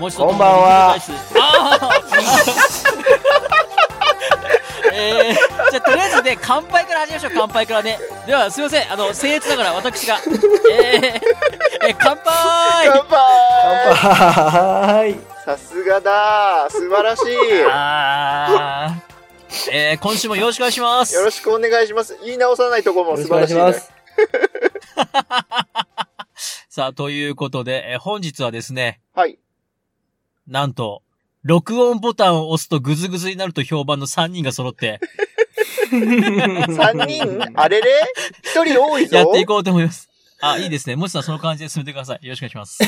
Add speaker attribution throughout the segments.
Speaker 1: もう一
Speaker 2: こんばんは
Speaker 1: あー えー、じゃあとりあえずね乾杯から始めましょう乾杯からねではすいませんあの僭越ながら私がえー、えー乾杯
Speaker 3: 乾杯
Speaker 2: はい。
Speaker 3: さすがだ素晴らしい
Speaker 1: あーえー、今週もよろしくお願いし ます
Speaker 3: よろしくお願いします言い直さないとこ
Speaker 2: よろ
Speaker 3: ろも素
Speaker 2: しくお
Speaker 3: 晴
Speaker 2: 願
Speaker 3: ら
Speaker 2: い
Speaker 3: しい
Speaker 2: し
Speaker 3: ね、
Speaker 2: ます。
Speaker 1: さあということで、えー本日はですね
Speaker 3: はい
Speaker 1: なんと録音ボタンを押すとグズグズになると評判の3人が揃って
Speaker 3: 3人あれれ1人多いぞ
Speaker 1: やっていこうと思います。あ、いいですね。もちさんその感じで進めてください。よろしくお願いします。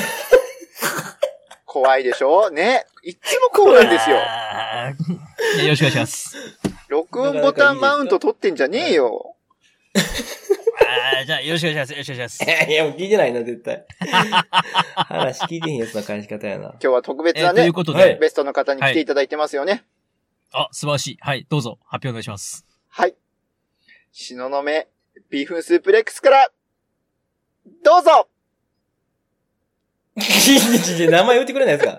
Speaker 3: 怖いでしょねいっつもこうなんですよ
Speaker 1: あーよろしくお願いします。
Speaker 3: 録音ボタンマウント取ってんじゃねえよ
Speaker 1: あーじゃあ、よろしくお願いします。よろしくお願いします。
Speaker 2: いや、もう聞いてないな、絶対。話聞いてへんやつの返し方やな。
Speaker 3: 今日は特別
Speaker 1: えー
Speaker 3: な
Speaker 1: とい
Speaker 3: ね
Speaker 1: うこと
Speaker 2: はい
Speaker 1: で、
Speaker 3: ベストの方に来ていただいてますよね
Speaker 1: あ、素晴らしい。はい、どうぞ、発表お願いします。
Speaker 3: はい。しののめ、ビーフンスープレックスから、どうぞ
Speaker 2: ちちちち名前言ってくれないですか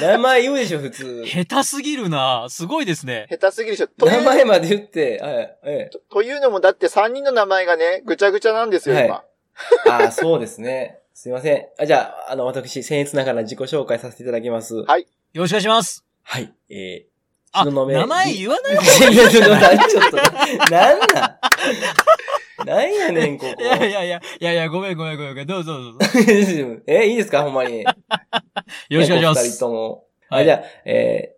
Speaker 2: 名前言うでしょ、普通。
Speaker 1: 下手すぎるなすごいですね。
Speaker 3: 下手すぎるでしょ。とい
Speaker 2: 名
Speaker 3: う
Speaker 2: 前まで言って、はい、え
Speaker 3: とというのもだって3人の名前がね、ぐちゃぐちゃなんですよ、今。
Speaker 2: はえ。ああ、そうですね。すいません。あじゃあ、あの、私、僭越ながら自己紹介させていただきます。
Speaker 3: はい
Speaker 1: よろしくお願いします。
Speaker 2: はい。え
Speaker 1: あ、
Speaker 2: 東雲
Speaker 1: 名前言 わない
Speaker 2: ー、いやちょっと、なんちょっと、なんなんなんやねん、こ
Speaker 1: い
Speaker 2: こ。
Speaker 1: やいやいや、いやいや、ごめんごめんごめんごめん。どうぞどうぞ。
Speaker 2: え、いいですかほんまに。よ
Speaker 1: よろしくお願いしま
Speaker 2: 二人
Speaker 1: す。
Speaker 2: とも。
Speaker 1: はい
Speaker 2: あじゃあ、え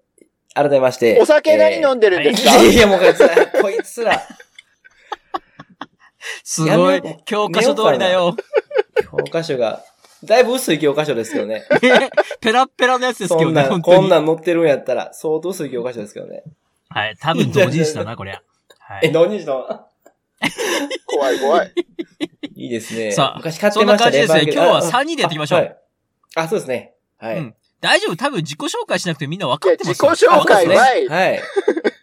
Speaker 2: ー、改めまして。
Speaker 3: お酒何飲
Speaker 2: ん
Speaker 3: んでるん
Speaker 1: えー
Speaker 3: です
Speaker 2: い
Speaker 3: か、
Speaker 2: やいや、もうこいつら、こいつら、
Speaker 1: すごい
Speaker 2: やめよう、
Speaker 1: 教科書通りだよ。
Speaker 2: 教科書が、だいぶ薄い教科書ですけどね。
Speaker 1: ペラッペラのやつですけ
Speaker 2: そ
Speaker 1: ど
Speaker 2: ん
Speaker 1: ね、
Speaker 2: な
Speaker 1: 本
Speaker 2: ん、
Speaker 1: 当
Speaker 2: こん
Speaker 1: に。
Speaker 2: なん載ってるんやったら、相当薄い教科書ですけどね。
Speaker 1: はい、多分同時でしたな、こりゃ。は
Speaker 2: え、
Speaker 1: い。
Speaker 2: 何したの
Speaker 3: 怖い怖い。
Speaker 2: いいですね。
Speaker 1: さあ
Speaker 2: 昔買っ
Speaker 1: そ
Speaker 2: て
Speaker 1: んな
Speaker 2: ました
Speaker 1: 感じ
Speaker 2: ね。
Speaker 1: ですね。今日は3
Speaker 2: 三
Speaker 1: 人でやっていきましょう。
Speaker 2: あ、そうですね。はい。
Speaker 1: うん大丈夫多分自己紹介しなくてみんな分
Speaker 3: い
Speaker 1: か
Speaker 3: や、
Speaker 1: ってま
Speaker 3: 自己
Speaker 1: すよ。
Speaker 3: 紹介
Speaker 2: ね
Speaker 3: はい。
Speaker 2: はい。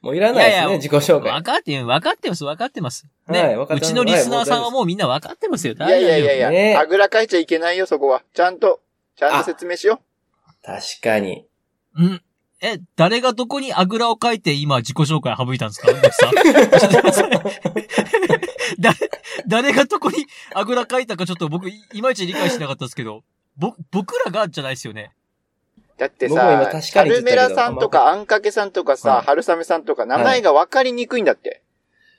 Speaker 2: もういらないです
Speaker 1: いやい
Speaker 2: ね、
Speaker 1: や
Speaker 2: 自己紹
Speaker 1: 分
Speaker 2: 介。
Speaker 1: かって、分かってます、分かってます。ね、
Speaker 2: はい分かっ
Speaker 1: う
Speaker 2: てます
Speaker 1: ちのリスナーさんはもうみんな分かってますよ。
Speaker 3: いやいやいやいや、
Speaker 2: ね
Speaker 3: あぐらかいちゃいけないよ、そこは。ちゃんと、ちゃんと説明しよ
Speaker 2: 確か
Speaker 1: 大丈
Speaker 2: に。
Speaker 1: 夫うん。え、誰がどこにあぐらをかいて今自己紹介省いたんですか皆さん 誰、誰がどこにあぐらかいたかちょっと僕い、いまいち理解してなかったですけど、ぼ、僕らがじゃないですよね。
Speaker 3: う。だって
Speaker 2: 僕も今
Speaker 3: さ、
Speaker 2: 確か
Speaker 3: サ
Speaker 2: に言
Speaker 3: ル
Speaker 2: ってた
Speaker 3: メ
Speaker 2: けど
Speaker 3: ラさんとか、あんかけさんとか
Speaker 2: は
Speaker 3: さ、
Speaker 2: い
Speaker 3: 春雨さんとか、名前が分かりにくいんだって。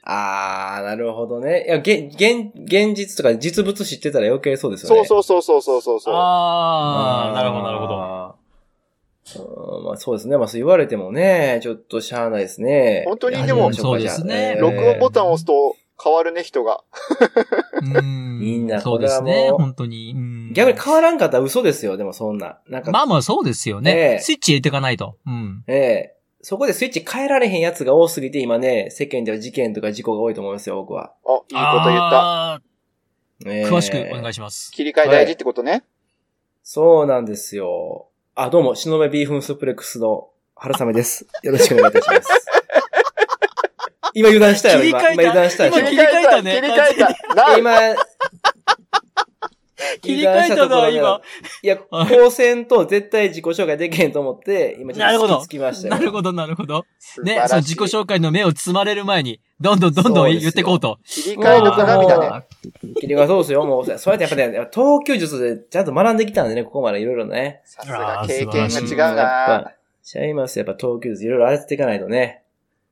Speaker 2: あー、なるほどね。いや、げ、現、現実とか実物知ってたら余計そうですよね。
Speaker 3: そうそうそうそうそうそうそう。
Speaker 1: あー、なるほど、なるほど。
Speaker 2: ど。うんまあそうですね。まあそう言われてもね、ちょっとしゃあないですね。
Speaker 3: 本当に
Speaker 2: いや
Speaker 3: で
Speaker 2: 始め
Speaker 3: も
Speaker 2: ましょ
Speaker 1: そう
Speaker 2: か
Speaker 1: ですね
Speaker 2: じゃあ
Speaker 3: 録音ボタンを押すと変わるね、人が。
Speaker 1: うん。
Speaker 2: みんな
Speaker 1: そ
Speaker 2: こ
Speaker 1: う
Speaker 2: れ
Speaker 1: です
Speaker 2: はもう
Speaker 1: ね、本当に。うん
Speaker 2: 逆に変わらんかったら嘘ですよ、でもそんな。なんか、
Speaker 1: まあまあそうですよね。
Speaker 2: ええ
Speaker 1: スイッチ入れていかないと。うん。
Speaker 2: ええそこでスイッチ変えられへんやつが多すぎて、今ね、世間では事件とか事故が多いと思いますよ、僕は。
Speaker 3: あ、いいこと言った。
Speaker 1: あ
Speaker 2: え
Speaker 1: ー
Speaker 2: え
Speaker 1: 詳しくお願いします。
Speaker 3: 切り替え大事ってことね。
Speaker 2: そうなんですよ。あ、どうも、しのべビーフンスープレックスの春雨です。よろしくお願いいたします。今油断したよ、今。
Speaker 1: 切り替えた
Speaker 2: 今油断した
Speaker 1: は
Speaker 2: で
Speaker 1: い
Speaker 2: し
Speaker 1: 切
Speaker 2: ょ
Speaker 1: り替えたね
Speaker 3: 切り替えた。なあ、
Speaker 2: 今、
Speaker 1: 切り替えたな、今
Speaker 2: 油断。したところが。いや、高専と絶対自己紹介できへんと思って、今ちょ
Speaker 1: なるほ
Speaker 2: っと
Speaker 1: ど
Speaker 2: 突きつきましたよ。
Speaker 1: なるほど、なるほど。
Speaker 3: 素晴
Speaker 1: ね
Speaker 3: ら、しい
Speaker 1: その自己紹介の目をつまれる前に、どんどんどんど
Speaker 2: そうんです
Speaker 1: 言
Speaker 2: よ
Speaker 1: ってこうと。
Speaker 3: 切り替えの鏡だね。
Speaker 2: 切り替えそうですよ、もう。そうやってやっぱね、東京術でちゃんと学んできたんでね、ここまでいろいろね。
Speaker 3: さすが経
Speaker 1: いや
Speaker 3: 験
Speaker 1: ー
Speaker 3: が違
Speaker 2: や
Speaker 3: う
Speaker 2: っ
Speaker 3: な
Speaker 2: ぱ、ちゃいます。やっぱ東京術いろいろあれていかないとね。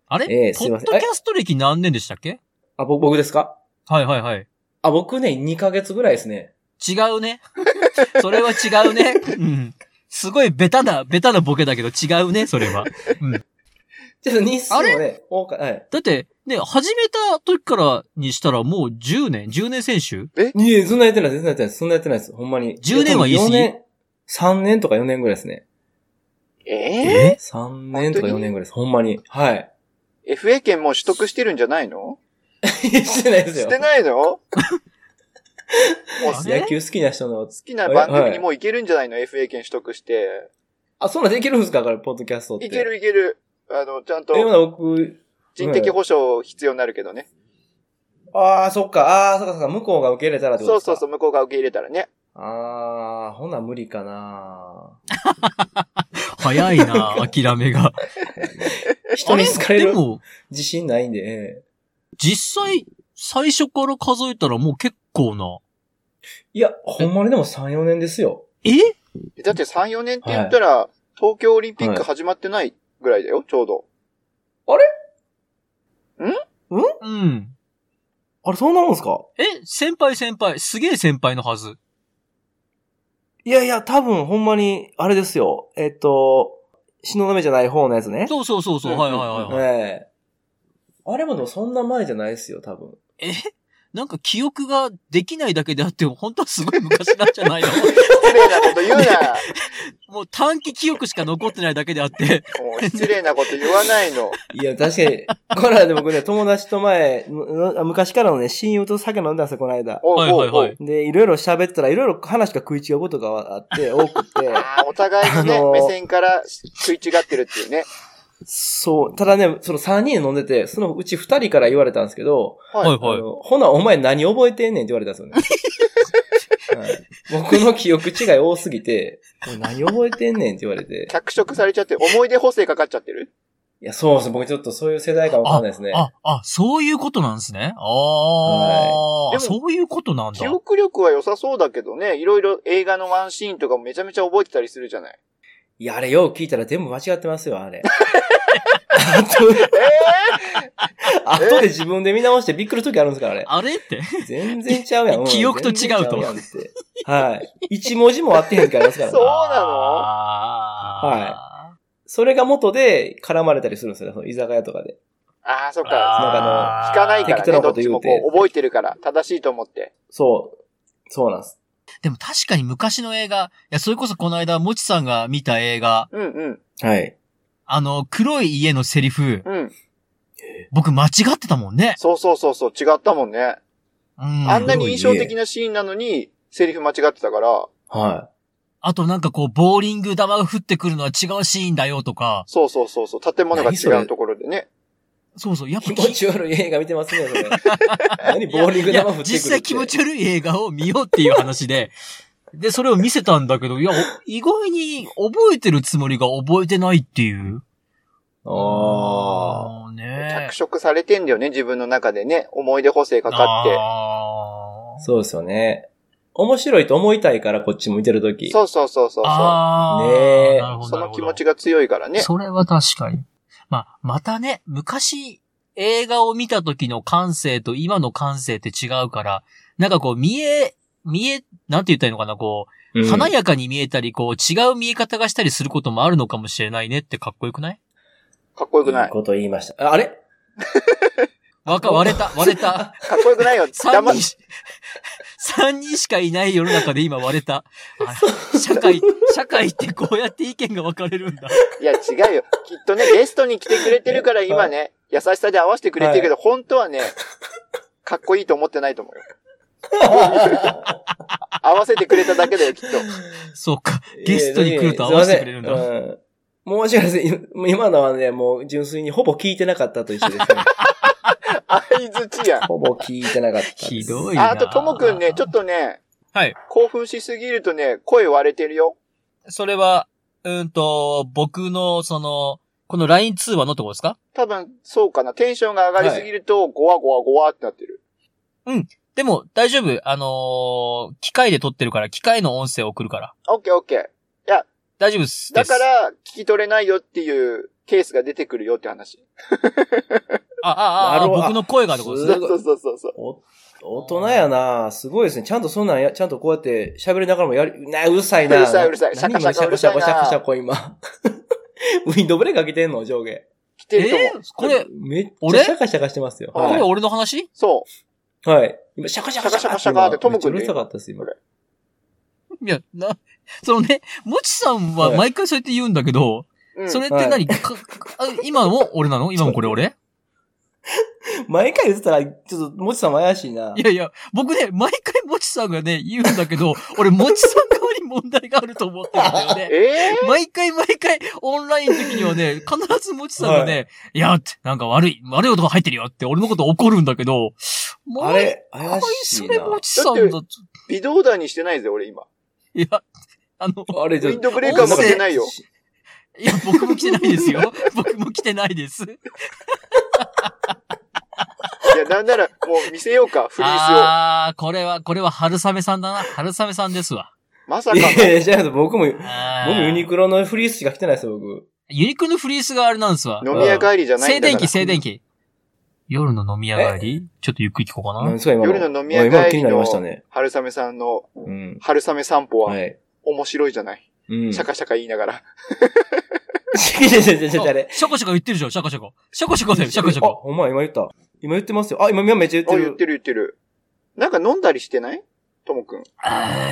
Speaker 1: あ
Speaker 2: え
Speaker 1: れ
Speaker 2: え
Speaker 1: ポ
Speaker 2: す
Speaker 1: ッ
Speaker 2: い
Speaker 1: ド
Speaker 2: ません
Speaker 1: キャスト歴何年でしたっけ
Speaker 2: あ、僕、僕ですか
Speaker 1: はいはいはい。
Speaker 2: あ、僕ね、2ヶ月ぐらいですね。
Speaker 1: 違うね。 それは違うね。うん。すごいベタな、ベタなボケだけど違うね、それは。
Speaker 2: ちょっと日数もね、多か、はい。
Speaker 1: だって、ね、始めた時からにしたらもう10年、10年選手
Speaker 2: いえ、そんなやってないです、そんなやってないです、そんなやってないです。ほんまに。
Speaker 1: 10年は言い過ぎ
Speaker 2: 4年、3年とか4年ぐらいですね。
Speaker 3: え
Speaker 1: え
Speaker 2: 3年とか4年ぐらいです。ほんまに。はい。
Speaker 3: ぇ ?FA 権もう取得してるんじゃないの
Speaker 2: してないです
Speaker 3: し
Speaker 2: よ。
Speaker 3: てないのもう
Speaker 1: あ
Speaker 3: 好
Speaker 1: れ
Speaker 2: 野球好きな人の。
Speaker 3: きな番組にもういけるんじゃないの ?FA 権取得して。
Speaker 2: あ、そんなんできるんですかこれ、ポッドキャストって。
Speaker 3: いけ。るいける。あの、ちゃんと
Speaker 2: でもな僕、
Speaker 3: 人的保障必要になるけどね。
Speaker 2: ああ、そっか。ああ、そっかそっか。向こうが受け入れたらってこ
Speaker 3: そ
Speaker 2: と
Speaker 3: う
Speaker 2: ですか
Speaker 3: そうそう、向こうが受け入れたらね。
Speaker 2: あー、ほな無理かな
Speaker 1: 早いな、諦めが。
Speaker 2: 人に好か
Speaker 1: あ
Speaker 2: れ
Speaker 1: で
Speaker 2: る
Speaker 1: も、
Speaker 2: 自信ないんで、ええ
Speaker 1: 実際、最初から数えたらもう結構な。
Speaker 2: いや、ほんまにでも3、4年ですよ。
Speaker 1: え
Speaker 3: えだって3、4年って言ったら、東京オリンピック始まってないぐらいだよ、ちょうど。
Speaker 1: うん。
Speaker 2: あれ、そうなもんすか
Speaker 1: え先輩先輩、すげえ先輩のはず。
Speaker 2: いやいや、多分ほんまに、あれですよ。えっと、東雲じゃない方のやつね。
Speaker 1: そうそうそうそう、
Speaker 3: うん
Speaker 1: はいはいはい、はい
Speaker 2: ええあれもでもそんな前じゃないですよ、多分。
Speaker 1: えなんか記憶ができないだけであっても、本当はすごい昔なんじゃない の
Speaker 3: 失礼なこと言 うな。
Speaker 1: もう短期記憶しか残ってないだけであって。
Speaker 3: もう失礼なこと言わないの。
Speaker 2: いや、確かに、これはでも僕ね、友達と前、むむ昔からのね、親友と酒飲んだんですよ、この間。
Speaker 3: おう
Speaker 1: はいはい
Speaker 3: おうお
Speaker 1: は
Speaker 3: う
Speaker 1: い。
Speaker 2: で、いろいろ喋ったら、いろいろ話が食い違うことがあって、多くて。
Speaker 3: あーお互いにね、
Speaker 2: あのー
Speaker 3: 目線から食い違ってるっていうね。
Speaker 2: そう。ただね、その3人で飲んでて、そのうち2人から言われたんですけど、
Speaker 1: はい
Speaker 3: はい。
Speaker 1: は
Speaker 2: あ
Speaker 1: い。
Speaker 2: のほな、お前何覚えてんねんって言われたんですよね。はい僕の記憶違い多すぎて、お前何覚えてんねんって言われて。
Speaker 3: 脚色されちゃって、思い出補正かかっちゃってる
Speaker 2: いや、そうですね。僕ちょっとそういう世代かわかんないですね。
Speaker 1: あ、あ、そういうことなんですね。ああ、
Speaker 3: はいでも
Speaker 1: そういうことなんだ
Speaker 3: 記。憶力は良さそうだけどね、いろいろ映画のワンシーンとかもめちゃめちゃ覚えてたりするじゃない。
Speaker 2: いや、あれよう聞いたら全部間違ってますよ、 あれ。あと、あとで自分で見直してびっくりする時あるんですから、あれ。
Speaker 1: あれって。
Speaker 2: 全然ちゃうやん。うん
Speaker 1: 記憶と違うと
Speaker 2: 全然ちゃやんってはい。一文字も合ってへんからありますから、
Speaker 3: そうなの
Speaker 1: あー
Speaker 2: それが元で絡まれたりするんですよね、その居酒屋とかで。
Speaker 3: ああ、そっか。
Speaker 2: あ
Speaker 3: 聞かないから
Speaker 2: 適当
Speaker 3: ね、
Speaker 2: な
Speaker 3: ど
Speaker 2: こ
Speaker 3: っ
Speaker 2: と
Speaker 3: ち
Speaker 2: 言
Speaker 3: も
Speaker 2: うて
Speaker 3: こう覚えてるから、正しいと思って。
Speaker 2: そう。そうなんです。
Speaker 1: でも確かに昔の映画、いや、それこそこの間、もちさんが見た映画、
Speaker 3: うんうん。
Speaker 2: はい。
Speaker 1: あの、黒い家のセリフ、
Speaker 3: うん。
Speaker 1: 僕間違ってたもんね。
Speaker 3: そうそうそうそう、違ったもんね。
Speaker 1: うん。
Speaker 3: あんなに印象的なシーンなのに、セリフ間違ってたから、
Speaker 2: は
Speaker 1: あとなんかこう、ボーリング玉が降ってくるのは違うシーンだよとか。
Speaker 3: そうそうそうそう、建物が
Speaker 2: 何それ
Speaker 3: 違うところでね。
Speaker 1: そうそう、やっ
Speaker 2: い。
Speaker 1: ぱ
Speaker 2: 気持ち悪い映画見てますね、それ。何ボーリング玉降ってくるって。
Speaker 1: 実際気持ち悪い映画を見ようっていう話で、で、それを見せたんだけど、いや、お意外に覚えてるつもりが覚えてないっていう。
Speaker 2: ああ。
Speaker 1: あー。ね
Speaker 3: 着色されてんだよね、自分の中でね。思い出補正かかっ
Speaker 1: あー
Speaker 2: そうですよね。面白いと思いたいから、こっち向いてるとき。
Speaker 3: て。そうそうそうそうそ
Speaker 1: あー。
Speaker 2: ねえ
Speaker 1: なるほ
Speaker 3: う。
Speaker 1: ど
Speaker 3: そ
Speaker 1: なる
Speaker 3: の
Speaker 1: ほど
Speaker 3: 気持ちが強いからね。
Speaker 1: それは確かに。まあ、またね、昔映画を見た時の感性と今の感性って違うから、なんかこう見え、見え、なんて言ったらいいのかな、こ
Speaker 2: う
Speaker 1: う、
Speaker 2: ん
Speaker 1: 華やかに見えたり、こう、違う見え方がしたりすることもあるのかもしれないねってかっこよくない
Speaker 3: かっこよくない
Speaker 2: い
Speaker 3: い。
Speaker 2: こと言いました。ああ れ
Speaker 1: わか、割れた、割れた。
Speaker 3: かっこよくないよ。
Speaker 1: 三
Speaker 3: 黙っ
Speaker 1: 人し、 三人しかいない世の中で今割れた。あ社会、社会ってこうやって意見が分かれるんだ。
Speaker 3: いや、違うよ。きっとね、ゲストに来てくれてるから今ね、優しさで合わせてくれてるけど、本当はね、かっこいいと思ってないと思うよ。合わせてくれただけだよ、きっと。
Speaker 1: そうか。ゲストに来ると合わせてくれるんだ
Speaker 2: いやいやいやすいませんうん申し訳ないです。今今のはね、もう純粋にほぼ聞いてなかったと一緒です ね。
Speaker 3: あいづちやん。
Speaker 2: ほぼ聞いてなかったです。
Speaker 1: ひどいな
Speaker 3: ああと、ともくんね、ちょっとね、
Speaker 1: はい。
Speaker 3: 興奮しすぎるとね、声割れてるよ。
Speaker 1: それは、うーんと、僕の、その、この LINE 通話のとこですか
Speaker 3: 多分、そうかな。テンションが上がりすぎると、ゴワゴワゴワってなってる。
Speaker 1: でも、大丈夫。あのー機械で撮ってるから、機械の音声送るから。
Speaker 3: オッケーオッケー。
Speaker 1: 大丈夫っす。
Speaker 3: だか
Speaker 1: です
Speaker 3: ら、聞き取れないよっていうケースが出てくるよって話。
Speaker 1: あ、あ、あ、
Speaker 2: な
Speaker 1: あ
Speaker 2: るほど
Speaker 1: 僕の声がってことです
Speaker 3: そ
Speaker 1: す
Speaker 3: う
Speaker 1: ね。
Speaker 2: ごい
Speaker 3: そうそうそうそう。
Speaker 2: お大人やなすごいですね。ちゃんとそんなんや、ちゃんとこうやって喋りながらもやり、なうるさいな
Speaker 3: うるさいうるさい
Speaker 2: 何
Speaker 3: シャカシャカうるさいな
Speaker 2: 今シャコシャコシャコ今。ウィンドブレーカーかけてんの上下。
Speaker 3: 来てると
Speaker 1: え
Speaker 3: 思う。
Speaker 1: ーこれ、
Speaker 2: めっち
Speaker 1: 俺
Speaker 2: ゃシャカシャカしてますよ。
Speaker 1: こ
Speaker 3: は
Speaker 1: れ
Speaker 2: は
Speaker 1: 俺の話
Speaker 3: そう。
Speaker 2: い。はい。今、シャカシャカ
Speaker 3: シャカシャカってともくん
Speaker 2: め
Speaker 3: で
Speaker 2: っちゃうるさかったです、今。
Speaker 1: いや、な、そのね、もちさんは
Speaker 2: はい
Speaker 1: 毎回そうやって言うんだけど、
Speaker 3: うん
Speaker 1: それって何、かあ今も俺なの今もこれ俺。
Speaker 2: 毎回言ってたら、ちょっと、もちさんも怪しいない
Speaker 1: やいや、僕ね、毎回もちさんがね、言うんだけど、俺もちさん側に問題があると思ってるんだよね。
Speaker 3: ええ
Speaker 1: 毎回毎回、オンラインの時には ね、必ずもちさんがね、、
Speaker 2: はい
Speaker 1: やって、なんか悪い、悪い男入ってるよって俺のこと怒るんだけど、
Speaker 2: あれ、怪
Speaker 1: 毎回
Speaker 2: し
Speaker 1: そ
Speaker 2: い
Speaker 1: れ
Speaker 2: な。
Speaker 1: もちさんだと、
Speaker 3: 微動だにしてないぜ、俺今。
Speaker 1: いや、あの、
Speaker 2: あれじゃ
Speaker 3: ウィンドブレーカーも
Speaker 1: 着て
Speaker 3: ないよ
Speaker 1: いや、僕も来てないです よ。僕も来てないです。
Speaker 3: いや、なんなら、もう見せよ うか、フリースを。
Speaker 1: あー、これは、これは春雨さんだな。春雨さんですわ。
Speaker 3: まさか
Speaker 2: い
Speaker 3: の。
Speaker 2: やいや、じゃあ僕も、
Speaker 1: あー
Speaker 2: 僕ユニクロのフリースしか着てないですよ、僕。
Speaker 1: ユニクロのフリースがあれなんですわ。
Speaker 3: 飲み屋帰りじゃない
Speaker 1: 静
Speaker 3: んだ
Speaker 1: 電
Speaker 3: か
Speaker 1: 気、
Speaker 3: ら。
Speaker 1: 静電気。夜の飲み屋帰りちょっとゆっくり聞こうか
Speaker 2: 何
Speaker 1: な
Speaker 2: で。すか、今の。
Speaker 3: 夜の飲み屋
Speaker 2: 今
Speaker 3: 帰
Speaker 2: 気
Speaker 3: り
Speaker 2: になり
Speaker 3: の
Speaker 2: ましたね。
Speaker 3: 春雨さんの
Speaker 2: うん。
Speaker 3: 春雨散歩
Speaker 2: は。
Speaker 3: はい面白いじゃない。
Speaker 2: うん。
Speaker 3: シャカシャカ言いながら。
Speaker 2: いやいやいやいやいやあれ。
Speaker 1: ショコショコ言ってるでしょ、ショコショコ。ショコショコだよ、ショコショ
Speaker 2: あ、
Speaker 1: コ。
Speaker 2: ほんま、今言った。今言ってますよ。あ、今、今めっちゃ
Speaker 3: あ、
Speaker 2: 言
Speaker 3: 言
Speaker 2: っ
Speaker 3: っ
Speaker 2: る。
Speaker 3: ててる言ってる。なんか飲んだりしてないともくん。
Speaker 1: ほ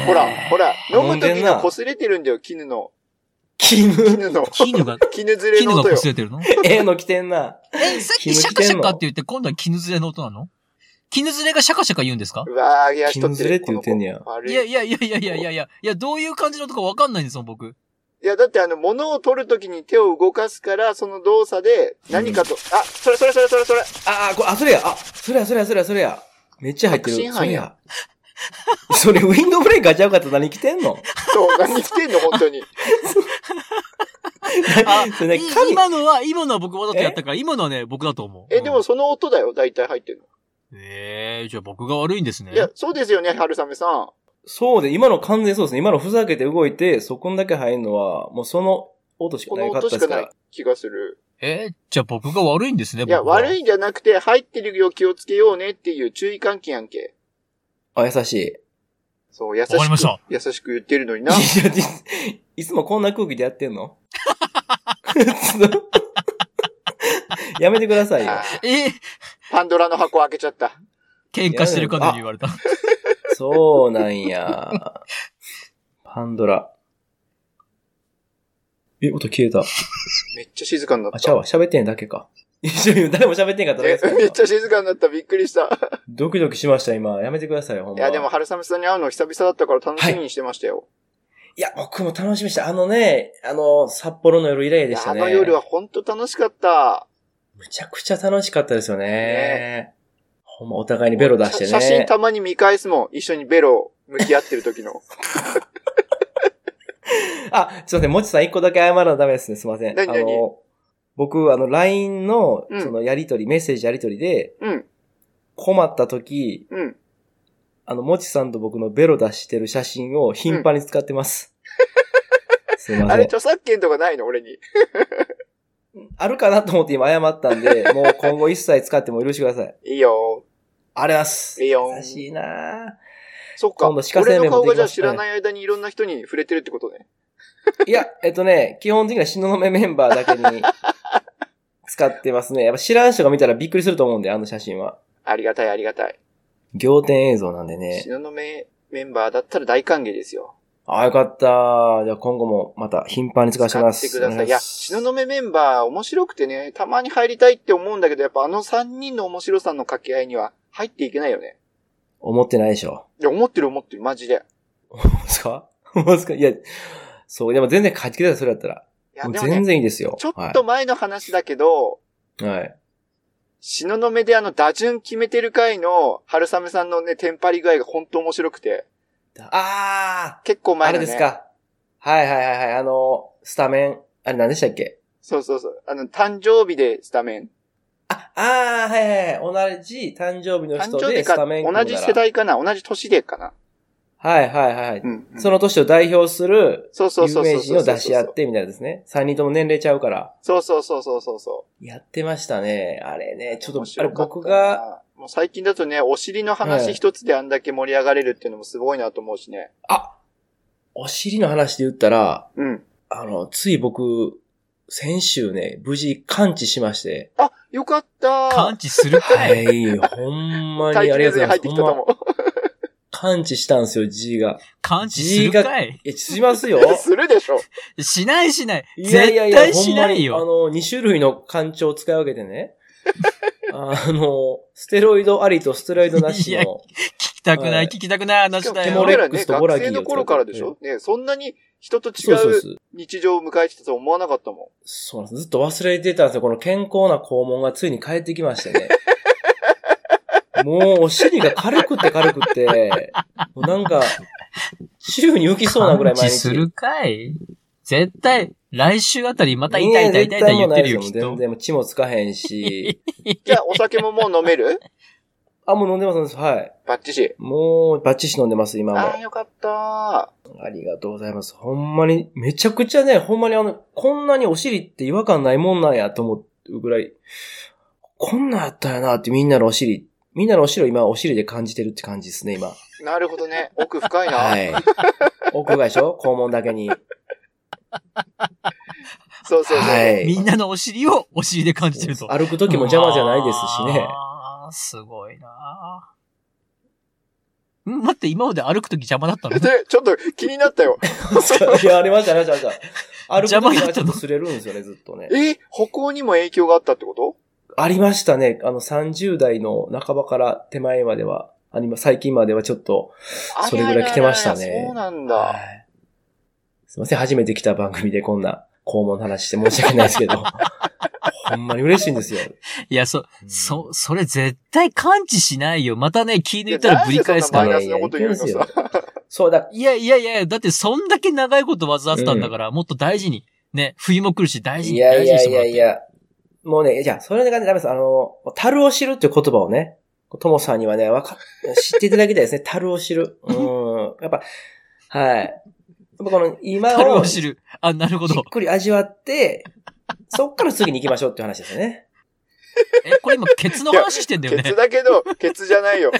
Speaker 3: ほら、ほら、飲
Speaker 2: 飲
Speaker 3: む
Speaker 2: んで
Speaker 3: 時
Speaker 2: んな
Speaker 3: の擦れてるんだよ、絹の。
Speaker 2: 絹、
Speaker 3: 絹の。
Speaker 1: 絹が、
Speaker 3: 絹ずれ
Speaker 1: 絹
Speaker 3: の
Speaker 1: が
Speaker 3: 音よ
Speaker 1: 擦。れてるの
Speaker 2: ええの着てんな。
Speaker 1: え、さっきシャカシャカって言って、今度は絹ずれの音なの絹ずれがシャカシャカ言うんですか
Speaker 3: うわー、いや、人
Speaker 2: 絹ずれって言ってんねや
Speaker 3: 悪
Speaker 1: い
Speaker 3: い。
Speaker 1: やいやいやいやいやいやいや、いや、どういう感じのとかわかんないんですよ、僕。
Speaker 3: いや、だってあの、物を取るときに手を動かすから、その動作で、何かと、あ、それそれそれそれそれ。
Speaker 2: ああ、これ、あ、それや、あ、それや、それや、それや、それや。めっちゃ入って
Speaker 3: 確信
Speaker 2: る。そ
Speaker 3: 犯
Speaker 2: れ
Speaker 3: や
Speaker 2: や。それ、ウィンドブレーカーちゃうかったら何着てんの
Speaker 3: そう、何言ってんの、本当に。
Speaker 1: あ
Speaker 2: それね、
Speaker 1: い
Speaker 2: 神、
Speaker 1: 今のは、今のは僕わざとやったから、今のはね、僕だと思う。
Speaker 3: え、でもその音だよ、大体入ってる
Speaker 1: うん、ええじゃあ僕が悪いんですね
Speaker 3: の。い。や、そうですよね、春雨さん。
Speaker 2: そうで、今の完全にそうですね。今のふざけて動いて、そこんだけ入るのは、もうその音しか
Speaker 3: こ
Speaker 2: な
Speaker 3: の
Speaker 2: いかった
Speaker 3: 音
Speaker 2: で
Speaker 3: し
Speaker 2: すか
Speaker 3: かない
Speaker 2: ら。
Speaker 3: 気がする。
Speaker 1: えーじゃあ僕が悪いんですね、
Speaker 3: いや、悪
Speaker 1: い。
Speaker 3: いんじゃなくて、入ってるよ、気をつけようねっていう注意喚起やんけ。
Speaker 2: あ、優しい。
Speaker 3: そう、優し
Speaker 1: わかりまし
Speaker 3: く
Speaker 1: た、
Speaker 3: 優しく言ってるのにな。
Speaker 2: いやいやい いつもこんな空気でやってんの やめてくださいよ。
Speaker 3: あー
Speaker 1: えー
Speaker 3: パンドラの箱開けちゃった。
Speaker 1: 喧嘩してるかのように言われた。
Speaker 2: そうなんや。パンドラ。え、音消えた。
Speaker 3: めっちゃ静かになっ
Speaker 2: あ、ちゃ
Speaker 3: た
Speaker 2: う。わ、喋ってんだけか。一緒に誰も喋ってんかっただけ
Speaker 3: え
Speaker 2: ですから
Speaker 3: めっちゃ静かになった。びっくりした。
Speaker 2: ドキドキしました、今。やめてくださいよ、ほん
Speaker 3: い
Speaker 2: ま。
Speaker 3: や、でも、春雨さんに会うの久々だったから楽しみにしてましたよ。
Speaker 2: いや、僕も楽しみでした。あのね、あの、札幌の夜以来
Speaker 3: い
Speaker 2: で
Speaker 3: や
Speaker 2: した
Speaker 3: あ
Speaker 2: ね。
Speaker 3: の夜は本当楽しかった。
Speaker 2: むちゃくちゃ楽しかったですよね。
Speaker 3: ね
Speaker 2: ほんま、お互いにベロ出してね。
Speaker 3: 写真たまに見返すもん。一緒にベロ向き合ってる時の。
Speaker 2: あ、すいません、もちさん一個だけ謝らなダメですね。すいません。
Speaker 3: 何
Speaker 2: あ
Speaker 3: 何
Speaker 2: の、僕、あの、LINE の、
Speaker 3: うん
Speaker 2: その、やりとり、メッセージやりとりで、
Speaker 3: うん、
Speaker 2: 困った時、
Speaker 3: うん。
Speaker 2: あの、もちさんと僕のベロ出してる写真を頻繁に使ってます。すいま
Speaker 3: あ
Speaker 2: せ
Speaker 3: れ、
Speaker 2: ん。
Speaker 3: 著作権とかないの俺に。
Speaker 2: あるかなと思って今謝ったんで、もう今後一切使っても許してください。
Speaker 3: いいよ。
Speaker 2: あります。
Speaker 3: いいよ
Speaker 2: 優しいなぁ
Speaker 3: そっか。
Speaker 2: 今度鹿せんべ
Speaker 3: 俺
Speaker 2: い
Speaker 3: の顔
Speaker 2: 持ってきます
Speaker 3: がじゃあ知らない間にいろんな人に触れてるってことね。
Speaker 2: いや、えっとね、基本的には東雲メンバーだけに 使ってますね。やっぱ知らん人が見たらびっくりすると思うんで、あの写真は。
Speaker 3: ありがたい、ありがたい。
Speaker 2: 仰天映像なんでね。
Speaker 3: 東雲メンバーだったら大歓迎ですよ。
Speaker 2: ああ、よかった。じゃあ今後もまた頻繁に使わせてもらいま
Speaker 3: 使
Speaker 2: す。
Speaker 3: ってください。い
Speaker 2: お願
Speaker 3: や、
Speaker 2: し
Speaker 3: 東
Speaker 2: ます
Speaker 3: 雲メンバー面白くてね、たまに入りたいって思うんだけど、やっぱあの3人の面白さの掛け合いには入っていけないよね。
Speaker 2: 思ってないでしょ。
Speaker 3: いや、思ってる思ってる、マジで。
Speaker 2: 思うんすか思うんすかいや、そう、でも全然書きください、それだったら。
Speaker 3: いや、
Speaker 2: もう
Speaker 3: でも
Speaker 2: 全
Speaker 3: ね、
Speaker 2: 然いいですよ。
Speaker 3: ちょっと前の話だけど、
Speaker 2: はい。はい。
Speaker 3: 東雲であの打順決めてる回の春雨さんのね、テンパり具合が本当面白くて、
Speaker 2: あ
Speaker 3: 結構
Speaker 2: ー、あ
Speaker 3: 前の
Speaker 2: れ
Speaker 3: ね。
Speaker 2: ですか。はいはいはいはい。あの、スタメン。あれ何でしたっけ
Speaker 3: そうそうそう。あの、誕生日でスタメン。
Speaker 2: あ、あー、はいはいはい。同じ誕生日の
Speaker 3: 誕
Speaker 2: 人
Speaker 3: 生
Speaker 2: で
Speaker 3: 日
Speaker 2: ス
Speaker 3: か、
Speaker 2: タメン組んだ
Speaker 3: 同
Speaker 2: ら
Speaker 3: じ世。代かな同じ年でかな
Speaker 2: はいはいはい。
Speaker 3: うん。
Speaker 2: その年を代表する
Speaker 3: そうそうそ
Speaker 2: 有名
Speaker 3: うそう
Speaker 2: 人
Speaker 3: そう。
Speaker 2: を出し合ってみたいなですね。3人とも年齢ちゃうから。
Speaker 3: そうそうそうそうそうそ
Speaker 2: やってましたね。あれね、
Speaker 3: う。
Speaker 2: ちょっと、
Speaker 3: 面
Speaker 2: あ
Speaker 3: 白
Speaker 2: れ
Speaker 3: かったな
Speaker 2: 僕が、、
Speaker 3: もう最近だとね、お尻の
Speaker 2: は
Speaker 3: 話
Speaker 2: い
Speaker 3: 一つであんだけ盛り上がれるっていうのもすごいなと思うしね。
Speaker 2: あお尻の話で言ったら、
Speaker 3: うん。
Speaker 2: あの、つい僕、先週ね、無事完治しまして。
Speaker 3: あ、よかった
Speaker 1: 感知するか。
Speaker 2: はいい、ほんまにあ
Speaker 3: 体
Speaker 2: りがとうご
Speaker 3: 験ず
Speaker 2: ざ
Speaker 3: に
Speaker 2: いま
Speaker 3: 入
Speaker 2: す
Speaker 3: っ。てき
Speaker 2: ほ
Speaker 3: た
Speaker 2: ん
Speaker 3: と
Speaker 2: ま、
Speaker 3: 思
Speaker 2: 完治したんですよ、G が。
Speaker 1: 感知するかい。
Speaker 2: え、しますよ。
Speaker 3: う。 するでしょ。
Speaker 1: しないしない。
Speaker 2: いやいやいや、
Speaker 1: 絶対しないよ。
Speaker 2: ほんまにあの、2種類の肝腸を使い分けてね。 あの、ステロイドありとステロイドなし
Speaker 1: いや
Speaker 2: の。
Speaker 1: 聞きたくな、
Speaker 2: はいい
Speaker 1: 聞きたくない話だ
Speaker 2: で
Speaker 3: で
Speaker 2: も
Speaker 3: も
Speaker 1: よ。
Speaker 3: 俺
Speaker 2: 俺
Speaker 3: ら
Speaker 2: ら
Speaker 3: ね、
Speaker 2: ね
Speaker 3: 学生の頃からでしょね、そんなに人と違
Speaker 2: そうそう
Speaker 3: う
Speaker 2: そう。
Speaker 3: 日常を迎えてたと思わなかったも
Speaker 2: そうなんです。ずっと忘れてたんですよ。この健康な肛門がついに帰ってきましてね。 もうお尻が軽くって軽くって、もうなんか、週に浮きそうなぐらい毎
Speaker 1: 感知
Speaker 2: 日。
Speaker 1: するかい絶対、来週あたりまた痛い痛い痛い痛い言ってるよ、
Speaker 2: ね
Speaker 1: き
Speaker 2: え
Speaker 1: っ
Speaker 2: 絶対もうないですよも
Speaker 1: と。
Speaker 2: う全然もう血もつかへんし。
Speaker 3: じゃあ、お酒ももう飲める
Speaker 2: あ、もう飲んでます飲んでます、はい。
Speaker 3: バッ チシ。
Speaker 2: もう、バッチシ飲んでます、今も。
Speaker 3: ああ、よかった。
Speaker 2: ありがとうございます。ほんまに、めちゃくちゃね、ほんまにあの、こんなにお尻って違和感ないもんなんやと思うぐらい、こんなんやったよなってみんなのお尻、みんなのお尻を今お尻で感じてるって感じですね、今。
Speaker 3: なるほ どね。奥深いな。
Speaker 2: はい。屋外でしょ肛門だけに。
Speaker 3: そうそうそう。
Speaker 2: はい
Speaker 1: みんなのお尻をお尻で感じてると。
Speaker 2: 歩く時も邪魔じゃないですしね。
Speaker 1: あー。すごいなーん待って、今まで歩くとき邪魔だった の
Speaker 3: で、ちょっと気になったよ。
Speaker 2: いや、ありました、ありました、ありました。
Speaker 1: 邪
Speaker 2: 歩
Speaker 1: 魔
Speaker 2: く
Speaker 1: だっ
Speaker 2: 時は
Speaker 1: た
Speaker 2: ちょ
Speaker 1: の
Speaker 2: っと擦れるんですよね、ずっとね。
Speaker 3: え、歩行にも影響があったってこと
Speaker 2: ありましたね。あの、30代の半ばから手前までは、あ今最近まではちょっと、
Speaker 3: あ
Speaker 2: それぐらい来てましたね
Speaker 3: ららららそうなん
Speaker 2: は
Speaker 3: だ。
Speaker 2: いすいません、初めて来た番組でこんな肛門の話して申し訳ないですけ ど。ほんまに嬉しいんですよ。
Speaker 1: いや、そ、そ、それ絶対感知しないよ。またね、気
Speaker 3: い
Speaker 1: 抜
Speaker 3: や
Speaker 1: いたらぶり返すか
Speaker 3: なん
Speaker 1: ら。
Speaker 3: でそんなマイナスなこと
Speaker 2: いやい
Speaker 3: 言うの
Speaker 2: やい
Speaker 3: さ。
Speaker 2: そうだ、
Speaker 1: いやいやいや、だってそんだけ長いことわざってたんだから、もっと大事に。ね、冬も来るし大事
Speaker 2: い
Speaker 1: に、
Speaker 2: や
Speaker 1: 大事
Speaker 2: い
Speaker 1: に
Speaker 2: や
Speaker 1: して
Speaker 2: い
Speaker 1: もら
Speaker 2: や
Speaker 1: って。
Speaker 2: いや。もうね、じゃあ、それがね、ダメです。あの、樽を知るっていう言葉をね、ともさんにはね、わか、知っていただきたい ですね。樽を知る。うん。やっぱ、はい。やっぱこの、今
Speaker 1: 樽
Speaker 2: を
Speaker 1: を知る。あ、なるほ
Speaker 2: じっ
Speaker 1: ど。
Speaker 2: くり味わって、そっから次に行きましょうっていう話ですよ ね。
Speaker 1: え、これ今、ケツの話してんだよ
Speaker 3: ケツ
Speaker 1: ね。
Speaker 3: だけど、ケツじゃないよ。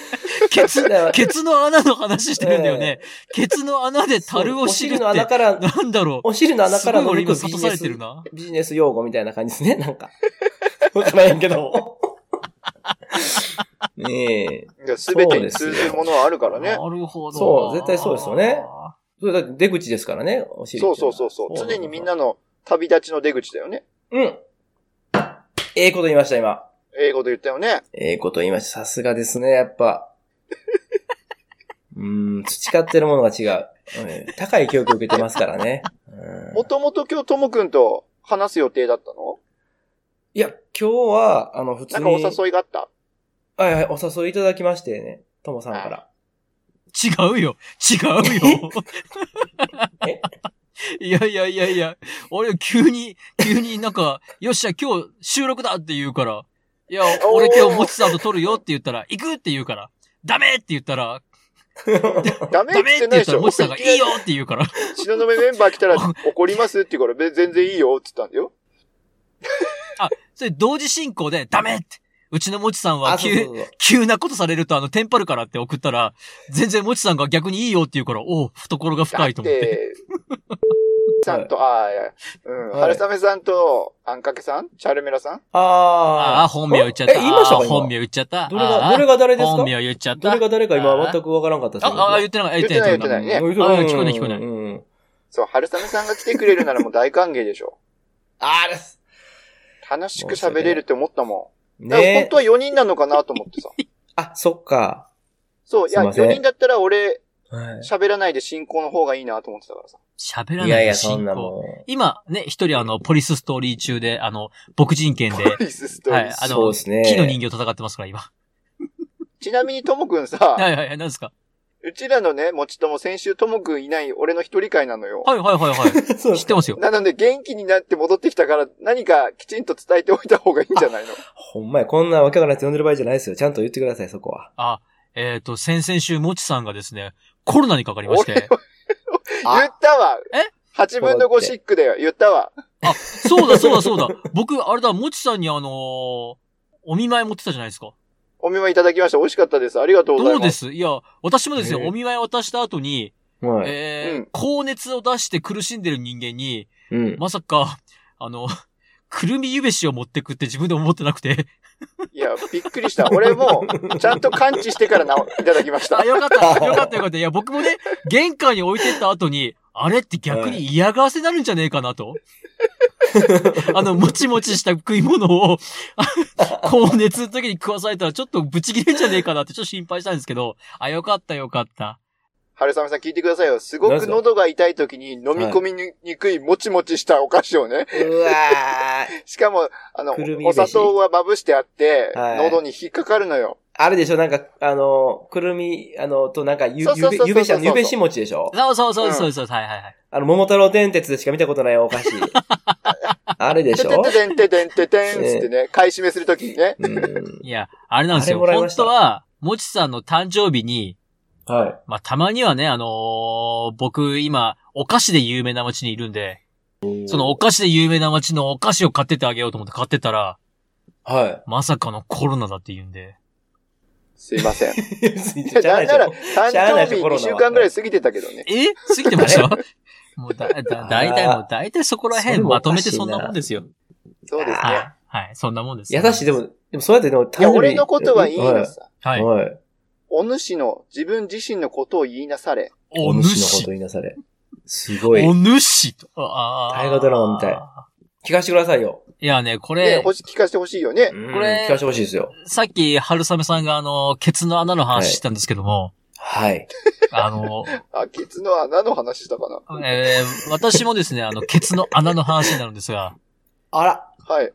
Speaker 1: ケツ
Speaker 2: だ、から
Speaker 1: ケツの穴の話してるんだよね。ケツの穴で樽を知るっ
Speaker 2: お尻の穴
Speaker 1: て、
Speaker 2: から、
Speaker 1: なんだろう。
Speaker 2: お尻の穴
Speaker 1: す
Speaker 2: か
Speaker 1: ご
Speaker 2: ら
Speaker 1: い
Speaker 2: の
Speaker 1: 俺
Speaker 2: ビ
Speaker 1: 今
Speaker 2: ジ
Speaker 1: 諭さ
Speaker 2: ネ
Speaker 1: れ
Speaker 2: ス
Speaker 1: てるな。
Speaker 2: ビジネス用語みたいな感じですね、 なんか。わからへんけど。 ねえ。
Speaker 3: すべてに通ずるものはあるから
Speaker 1: な
Speaker 3: ね。
Speaker 1: るほど。
Speaker 2: そう絶対そうですよね。それだって出口ですからね、お尻ってい
Speaker 3: そう
Speaker 2: の
Speaker 3: そう
Speaker 2: は
Speaker 3: そうそう。常にみんなの旅立ちの出口だよね。
Speaker 2: うん。ええこと言いました、今。
Speaker 3: 英語で言ったよね。
Speaker 2: ええこと言いました。さすがですね、やっぱ。 うーん、培ってるものが違う。うん高い教育を受けてますからね。うん
Speaker 3: もともと今日ともくんと話す予定だったの
Speaker 2: いや、今日は、あの、普
Speaker 3: な
Speaker 2: 通
Speaker 3: ん
Speaker 2: に。
Speaker 3: かお誘いが あった
Speaker 2: はいはい、お誘いいただきましてね、ともさんから。
Speaker 1: 違うよ。違うよ。
Speaker 2: え
Speaker 1: いやいやいやいや、俺急に、急になんか、よっしゃ、今日収録だって言うから、いや、俺今日もちさんと撮るよって言ったら、行くって言うから、ダメって言ったら、
Speaker 3: ダメ
Speaker 1: ダ
Speaker 3: っ
Speaker 1: メってて
Speaker 3: 言ってない
Speaker 1: 言
Speaker 3: で
Speaker 1: った
Speaker 3: し
Speaker 1: ら、
Speaker 3: ょ
Speaker 1: もちさんがいい よって言うから、
Speaker 3: 東雲メンバー来たら怒りますって言うから、べ全然いいよって言ったんだよ。
Speaker 1: それ同時進行で、ダメって。うちのもちさんは
Speaker 2: あ、そうそう
Speaker 1: 急、
Speaker 2: そうそう。
Speaker 1: 急なことされるとあの、テンパるからって送ったら、全然もちさんが逆にいいよって言うから、おう、懐が
Speaker 3: だ
Speaker 1: 深
Speaker 3: っ
Speaker 1: いと思って。
Speaker 3: て、さんと、ああ、いや、うん、
Speaker 2: はい
Speaker 3: 春雨さんと、あんかけさんチャルメラさん
Speaker 2: あー
Speaker 1: ああ、本名言っちゃった。
Speaker 2: え、言いました
Speaker 1: あ
Speaker 2: か
Speaker 1: ー
Speaker 2: 今
Speaker 1: 本名言っちゃった。
Speaker 2: どれが、
Speaker 1: あー
Speaker 2: どれが誰ですか
Speaker 1: 本名言っちゃった。
Speaker 2: どれが誰か今全くわからんかったですけど
Speaker 1: あ、あ、言ってなかった。
Speaker 3: 言ってない言ってない
Speaker 2: うん
Speaker 1: あー聞こえない聞こえない
Speaker 2: うん
Speaker 3: そう、春雨さんが来てくれるならもう大歓迎で しょ。
Speaker 2: あれ
Speaker 3: 楽しく喋れるって思ったもん。だから本
Speaker 2: ね
Speaker 3: 当は4人なのかなと思ってさ。
Speaker 2: あ、そっか。
Speaker 3: そう、いや、
Speaker 2: すいません
Speaker 3: 4人だったら俺、
Speaker 2: は
Speaker 3: 喋らないで進行の方がいいなと思ってたか らさ。
Speaker 1: 喋ら
Speaker 2: いや
Speaker 1: ないい
Speaker 2: や、
Speaker 1: 進
Speaker 2: そ
Speaker 1: 行
Speaker 2: んなも
Speaker 1: 今、ね、一人あの、ポリスストーリー中で、あの、牧人犬 で、
Speaker 3: ポリスストー
Speaker 1: は
Speaker 3: リー
Speaker 1: い
Speaker 3: ズ、
Speaker 1: あ
Speaker 2: ん。そう
Speaker 1: の
Speaker 2: で、すね。
Speaker 1: 木の人形戦ってますから、今。
Speaker 3: ちなみにともくんさ、
Speaker 1: はいはいはい、何ですか
Speaker 3: うちらのね、もちとも先週ともくんいない俺の一人会なのよ。
Speaker 1: はいはいはいは
Speaker 2: そう
Speaker 1: い。知っ
Speaker 2: です。
Speaker 1: てますよ。
Speaker 3: なので元気になって戻ってきたから何かきちんと伝えておいた方がいいんじゃないの
Speaker 2: ほんまや、こんなわけがないって呼んでる場合じゃないですよ。ちゃんと言ってください、そこは。
Speaker 1: あ、えっと、先々週、もちさんがですね、コロナにかかりまして。
Speaker 3: 言ったわ
Speaker 1: え
Speaker 3: !8 分の5シックだよ。言ったわ。
Speaker 1: あ、そうだそうだそうだ。僕、あれだ、もちさんにあのーお見舞い持ってたじゃないですか。
Speaker 3: お見舞いいただきました。美味しかったです。ありがとうござい
Speaker 1: ど
Speaker 3: ま。
Speaker 1: うですすいや、私もです
Speaker 2: え
Speaker 1: ね、
Speaker 2: え
Speaker 1: お見舞い渡した後に、
Speaker 2: はい。
Speaker 1: えー
Speaker 3: うん
Speaker 1: 高熱を出して苦しんでる人間に、
Speaker 2: うん。
Speaker 1: まさか、あの、くるみゆべしを持ってくって自分で思ってなくて。
Speaker 3: いや、びっくりした。俺も、 ちゃんと感知してからな、いただきました
Speaker 1: あ、。よかった、よかったよかった。いや、僕もね、玄関に置いてった後に、あれって逆に嫌がらせになるんじゃねえかなと。 あの、もちもちした食い物 を、あ高熱の時に食わされたらちょっとブチ切れんじゃねえかなってちょっと心配したんですけど、あ、よかったよかった。
Speaker 3: 春雨さん聞いてくださいよ。すご
Speaker 2: なぜ
Speaker 3: く喉が痛い時に飲み込みにくいもちもちしたお菓子をね。
Speaker 2: うわー。
Speaker 3: しかも、あの
Speaker 2: くるみ、飯
Speaker 3: お砂糖はまぶしてあって、
Speaker 2: はい
Speaker 3: 喉に引っかかるのよ。
Speaker 2: あれでしょなんか、あの、くるみ、あの、となんか、ゆ、
Speaker 3: そう
Speaker 2: ゆ
Speaker 3: そうそ
Speaker 2: べ
Speaker 3: うそう、
Speaker 2: ゆべしゃのゆべし餅でしょ
Speaker 1: そうそうそうそうそう、はいはいはい。
Speaker 2: あの、桃太郎電鉄でしか見たことないお菓 子。あれで
Speaker 3: て
Speaker 2: し
Speaker 3: て
Speaker 2: ょ
Speaker 3: ててんててんててんつってね、買い占めするときにね。
Speaker 2: うん。
Speaker 1: いや、あれなんですよ。
Speaker 2: あれもらい
Speaker 1: 本
Speaker 2: ました
Speaker 1: 当は、もちさんの誕生日に、
Speaker 2: はい。
Speaker 1: まあ、たまにはね、あのー僕、今、お菓子で有名な町にいるんで、そのお菓子で有名な町のお菓子を買ってってあげようと思って買ってたら、
Speaker 2: は
Speaker 1: まさかのコロナだって言うんで。
Speaker 3: すいません。
Speaker 2: い。別に
Speaker 3: い やなんなら、誕
Speaker 2: しゃあないでしょ
Speaker 3: 生日
Speaker 2: コロ
Speaker 3: 2
Speaker 2: ナは
Speaker 3: 週間ぐらい過ぎてたけどね。
Speaker 1: え過ぎてましたもうだ、だ、だいたいもう、だいたいそこら辺まとめてそんなもんですよ。
Speaker 3: そうです
Speaker 1: はい
Speaker 3: ね。。
Speaker 1: はい。そんなもんです、
Speaker 2: 優しい、でも、でもそうやってでも誕
Speaker 3: いや、俺のことはいいのさ。
Speaker 1: は
Speaker 2: はい。
Speaker 1: い。
Speaker 2: はい。
Speaker 3: お主の自分自身のことを言いなされ。
Speaker 1: お
Speaker 2: お主のこ
Speaker 1: 主
Speaker 2: と。言いなされ。すごい。
Speaker 1: お主と。ああ。
Speaker 2: 大河ドラマみたい聞かせてくださいよ。
Speaker 1: い。いやね、こ
Speaker 3: ね
Speaker 1: れ、、
Speaker 3: ほし聞かせてほしいよね。
Speaker 2: こ
Speaker 1: これ
Speaker 2: 聞かせてほしいですよ。
Speaker 1: さっき、春雨さんがあの、ケツの穴の話したんですけども、
Speaker 2: はい。
Speaker 1: あの、
Speaker 3: あ、ケツの穴の話したかな。
Speaker 1: えー私もですね、あの、ケツの穴の話になるんですが、
Speaker 2: あら。
Speaker 3: はい。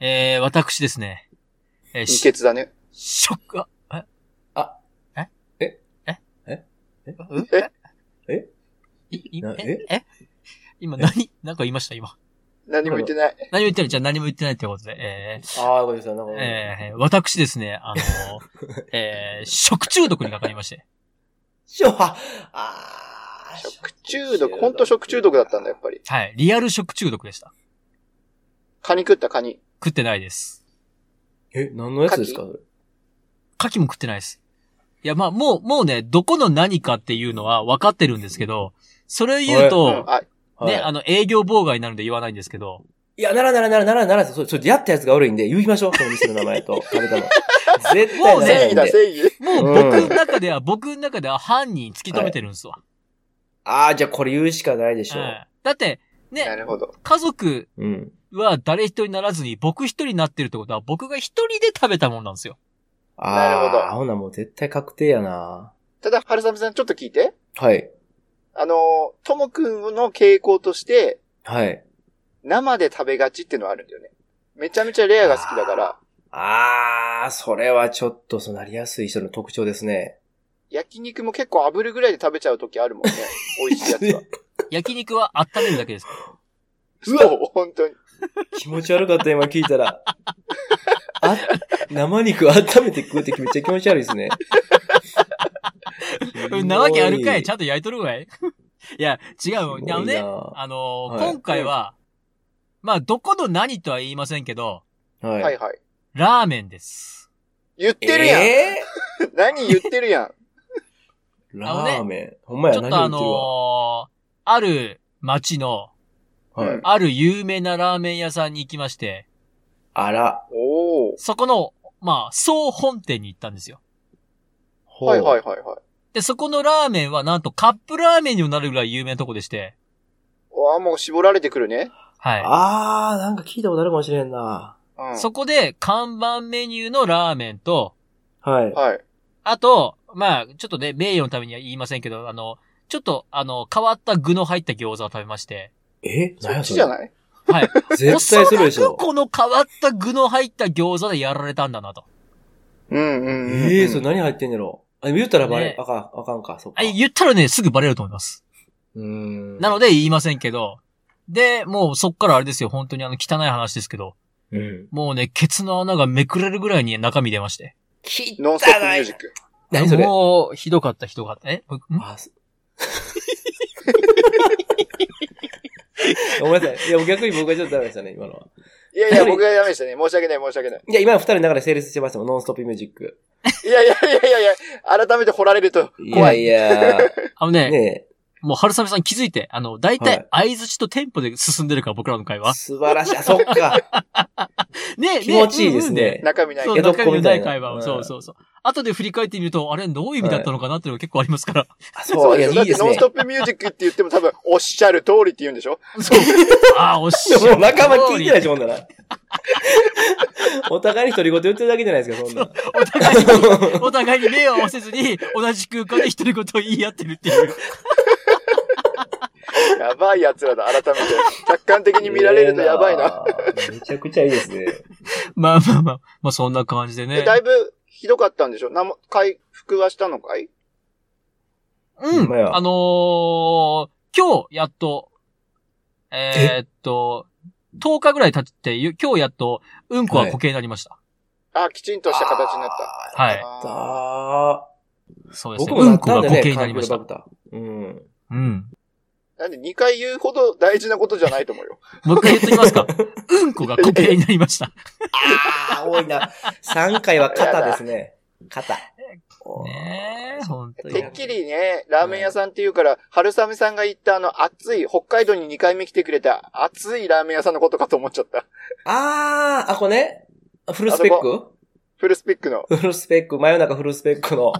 Speaker 1: えー私ですね、えー
Speaker 3: いい
Speaker 1: し
Speaker 3: ケツだね。
Speaker 1: ショック、あいい
Speaker 2: な
Speaker 1: ええ今何、何か言いました今。
Speaker 3: 何も言ってない。
Speaker 1: 何も言ってないじゃあ何も言ってないってことで。えー
Speaker 2: ああ、ごめんなさい。なんか、
Speaker 1: えー私ですね、あの、えー食中毒にかかりまして。
Speaker 2: しょ、ああー。
Speaker 3: 食中毒、ほんと食中毒だったんだ、やっぱり。
Speaker 1: はい。リアル食中毒でした。
Speaker 3: カニ食ったカニ。
Speaker 1: 食ってないです。
Speaker 2: え、何のやつですか
Speaker 1: 牡蠣も食ってないです。いや、まあ、もう、もうね、どこの何かっていうのは分かってるんですけど、それを言う
Speaker 3: う
Speaker 1: と
Speaker 3: ん、、あ、
Speaker 2: それ
Speaker 1: ね、
Speaker 2: はい
Speaker 1: あの、営業妨害になるんで言わないんですけど、
Speaker 2: いや、ならならならならなら、そう、ちょっとやったやつが悪いんで、言いましょう。その店の名前と、食べたの。絶対ならな
Speaker 3: 正
Speaker 2: い
Speaker 3: 義
Speaker 2: ん
Speaker 3: だ、
Speaker 2: で。
Speaker 3: 正義。
Speaker 1: もう僕の中では、僕の中では犯人突き止めてるんですわ。
Speaker 2: ああ、じゃあこれ言うしかないでしょ
Speaker 1: はいだって、
Speaker 3: な
Speaker 1: ね、
Speaker 3: るほど。
Speaker 1: 家族
Speaker 2: う。うん。
Speaker 1: は誰一人ならずに僕一人になってるってことは、僕が一人で食べたもんなんですよ。
Speaker 2: あ
Speaker 3: なるほど
Speaker 2: あ、ほなもう絶対確定やな。
Speaker 3: ただ、春雨さん、ちょっと聞いて。
Speaker 2: はい。
Speaker 3: あの、ともくんの傾向として、
Speaker 2: はい。
Speaker 3: 生で食べがちっていうのはあるんだよね。めちゃめちゃレアが好きだから、
Speaker 2: ああ、それはちょっと、そうなりやすい人の特徴ですね。
Speaker 3: 焼肉も結構炙るぐらいで食べちゃう時あるもんね。美味しいやつは。
Speaker 1: 焼肉は温めるだ けです。
Speaker 2: うわ
Speaker 3: そう、本当に。
Speaker 2: 気持ち悪かった、今聞いたら。あ、生肉温めて食うってめっちゃ気持ち悪いですね。
Speaker 1: なわけあるかいちゃんと焼いとるわい いや、違うよ。あの
Speaker 2: す
Speaker 1: ね、
Speaker 2: ご
Speaker 1: あのー
Speaker 2: はい
Speaker 1: 今回は、まあ、どこの何とは言いませんけど、
Speaker 2: いなはい。
Speaker 3: はいはい。
Speaker 1: ラーメンです。
Speaker 3: 言ってるやん、
Speaker 2: え
Speaker 3: 何言ってるやん
Speaker 2: ー
Speaker 1: あの
Speaker 2: ラ
Speaker 1: ね
Speaker 2: ーメン。ほんま
Speaker 1: ち
Speaker 2: や、
Speaker 1: ょっ
Speaker 2: 何
Speaker 1: とあ
Speaker 2: 言っ
Speaker 1: の
Speaker 2: てるわ。
Speaker 1: ーある町の、
Speaker 2: はい。
Speaker 1: ある有名なラーメン屋さんに行きまして、
Speaker 2: あら。
Speaker 3: おお。
Speaker 1: そこの、まあ、総本店に行ったんですよ。
Speaker 2: ほう
Speaker 3: はいはいはいはい。
Speaker 1: で、そこのラーメンはなんとカップラーメンにもなるぐらい有名なとこでして、
Speaker 3: ああ、もう絞られてくるね。
Speaker 1: は
Speaker 2: あー、なんか聞いたことあるかもしれんな。
Speaker 3: うん。
Speaker 1: い。そこで看板メニューのラーメンと、
Speaker 2: はい。
Speaker 3: はい。
Speaker 1: あと、まあ、ちょっとね、名誉のためには言いませんけど、あの、ちょっと、あの、変わった具の入った餃子を食べまして。
Speaker 2: え
Speaker 3: そ
Speaker 2: 何
Speaker 3: っ
Speaker 2: や
Speaker 3: ち
Speaker 2: そ
Speaker 3: じゃ
Speaker 2: れ
Speaker 3: ない
Speaker 1: はい。
Speaker 2: 絶対するでし
Speaker 1: おそら
Speaker 2: ょ
Speaker 1: く。この変わった具の入った餃子でやられたんだなと。
Speaker 3: うんうんうんうん。
Speaker 2: ええそれ何入ってんやろ。あ、でも言ったらば、
Speaker 1: ね
Speaker 2: あかん、あかんか、そっか。
Speaker 1: あ言ったらね、すぐバレると思います。
Speaker 2: うーん。
Speaker 1: なので言いませんけど。で、もうそっからあれですよ、本当にあの、汚い話ですけど。
Speaker 2: うん。
Speaker 1: もうね、ケツの穴がめくれるぐらいに中身出まして。
Speaker 3: ノンストップミュージック。
Speaker 2: 何それ
Speaker 1: もう、ひどかった、ひどかった。え僕ん
Speaker 2: あ、す ごめんなさい。いや、逆に僕がちょっとダメでしたね、今のは。
Speaker 3: いやいや、僕がダメでしたね。申し訳ない、申し訳ない。
Speaker 2: いや、今の二人の中で成立してましたもん、ノンストップミュージック。
Speaker 3: いやいやいやいやいや、改めて掘られると怖い。
Speaker 2: いやい
Speaker 1: あの
Speaker 2: や、
Speaker 1: ね、
Speaker 2: ね
Speaker 1: もう春雨さん気づいて、あの、大体、相槌とテンポで進んでるから、僕らの会
Speaker 2: え、
Speaker 1: 話。
Speaker 2: 素晴らしい。あ、そっか。
Speaker 1: ね
Speaker 2: 気持ちいいです。
Speaker 1: うんうん
Speaker 2: ね。
Speaker 3: 中身ない
Speaker 1: そう、
Speaker 3: け
Speaker 2: 江
Speaker 3: ど。
Speaker 2: 戸っ
Speaker 1: 中
Speaker 2: 子
Speaker 1: 身の
Speaker 2: みた
Speaker 1: ない
Speaker 2: いな
Speaker 1: 会話を、
Speaker 2: うん
Speaker 1: そうそうそう。後で振り返ってみると、あれ、どういう意味だったのかなっていうのが結構ありますから。
Speaker 2: あそう、いや、
Speaker 3: だ
Speaker 2: いい
Speaker 3: っ
Speaker 2: で
Speaker 3: て
Speaker 2: す
Speaker 3: ノン
Speaker 2: ね
Speaker 3: スト。ップミュージックって言っても多分、おっしゃる通りって言うんでしょ
Speaker 1: そう。ああ、おっしゃ
Speaker 2: もう仲間聞いてないでしょ、ほんなら。 お互いに独り言言ってるだけじゃないですか、そんな。
Speaker 1: お互いに、お互いに目を合わせずに、同じ空間で一人ごと言い合ってるっていう。
Speaker 3: やばい奴らだ、改めて。客観的に見られるとやばいな。
Speaker 2: ええな。めちゃくちゃいいですね。
Speaker 1: まあまあまあ、まあそんな感じで
Speaker 3: で
Speaker 1: ね。
Speaker 3: だいぶひどかったんでしょなんも回復はしたのかい
Speaker 1: うん。
Speaker 2: まあや
Speaker 1: あのー、今日やっと、えーっと、10日ぐらい経って、ゆ今日やっと、うんこは固形になりました。
Speaker 3: あ、きちんとした形になった。
Speaker 1: はい。
Speaker 3: あ
Speaker 2: だ
Speaker 1: そう
Speaker 2: ー
Speaker 1: です
Speaker 2: 僕
Speaker 1: ね。う
Speaker 2: もなんっ
Speaker 1: こが
Speaker 2: たんで
Speaker 1: 固
Speaker 2: ね、
Speaker 1: 形に
Speaker 2: カ
Speaker 1: な
Speaker 2: ン
Speaker 1: り
Speaker 2: ク
Speaker 1: ま
Speaker 2: ル
Speaker 1: し
Speaker 2: バ
Speaker 1: た
Speaker 2: ク。タ。うん。
Speaker 1: うん。
Speaker 3: ーなんで2回言うほど大事なことじゃないと 思うよ。
Speaker 1: もう一回言っときますか。うんこが固形になりました。
Speaker 2: ああ、多いな。3回は肩ですね。肩。
Speaker 1: ねえ、ほんとに
Speaker 3: てっ。きりね、ラーメン屋さんっていうから、春雨さんが言ったあの熱い、北海道に2回目来てくれた熱いラーメン屋さんのことかと思っちゃった。
Speaker 2: あー、あ、これね。フルスペッ
Speaker 3: あ
Speaker 2: ク
Speaker 3: フルスピックの。
Speaker 2: フルスペック、真夜中フルスペックの。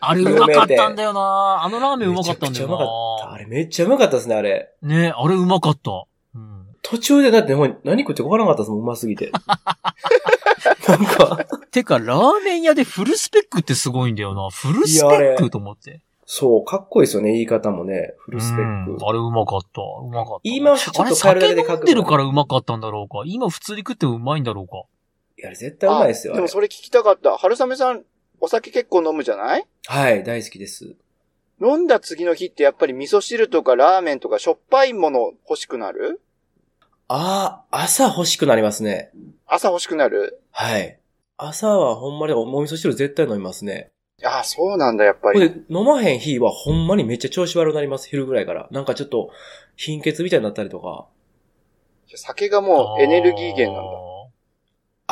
Speaker 1: あれうまかったんだよなあのラーメンうまかったん
Speaker 2: め
Speaker 1: だ
Speaker 2: ち
Speaker 1: よ
Speaker 2: ゃくちゃうまかった。
Speaker 1: な
Speaker 2: あれめっちゃうまかったですね、あれ。
Speaker 1: ねえ、あれうまかった。うん。
Speaker 2: 途中でだってもう何食ってかわからなかったですもん、うます ぎて。なんか、
Speaker 1: てか、ラーメン屋でフルスペックってすごいんだよな。フルスペッ
Speaker 2: いやあれ
Speaker 1: クと思って。
Speaker 2: そう、かっこいいですよね、言い方もね。フ
Speaker 1: う
Speaker 2: ルスペッ
Speaker 1: ん
Speaker 2: ク。
Speaker 1: あれうまかった。うまかった。
Speaker 2: 言い回しちょ
Speaker 1: あ
Speaker 2: っ
Speaker 1: れ
Speaker 2: と変えるだけ
Speaker 1: 酒
Speaker 2: でか
Speaker 1: 飲
Speaker 2: っ
Speaker 1: ん
Speaker 2: こい
Speaker 1: で
Speaker 2: い
Speaker 1: るからうまかったんだろうか。今普通に食ってもうまいんだろうか。
Speaker 2: いや、あれ絶対うまいですよ、
Speaker 3: あ
Speaker 2: あ
Speaker 3: で
Speaker 2: れ
Speaker 3: もそれ聞きたかった。春雨さん、お酒結構飲むじゃない
Speaker 2: はい、大好きです。
Speaker 3: 飲んだ次の日ってやっぱり味噌汁とかラーメンとかしょっぱいもの欲しくなる
Speaker 2: ああ、朝欲しくなりますね。
Speaker 3: 朝欲しくなる
Speaker 2: はい。朝はほんまにお味噌汁絶対飲みますね。
Speaker 3: ああ、そうなんだ、やっぱ
Speaker 2: これ
Speaker 3: り。
Speaker 2: で飲まへん日はほんまにめっちゃ調子悪くなります、昼ぐらいから。なんかちょっと貧血みたいになったりとか。
Speaker 3: 酒がもうエネルギー源なんだ。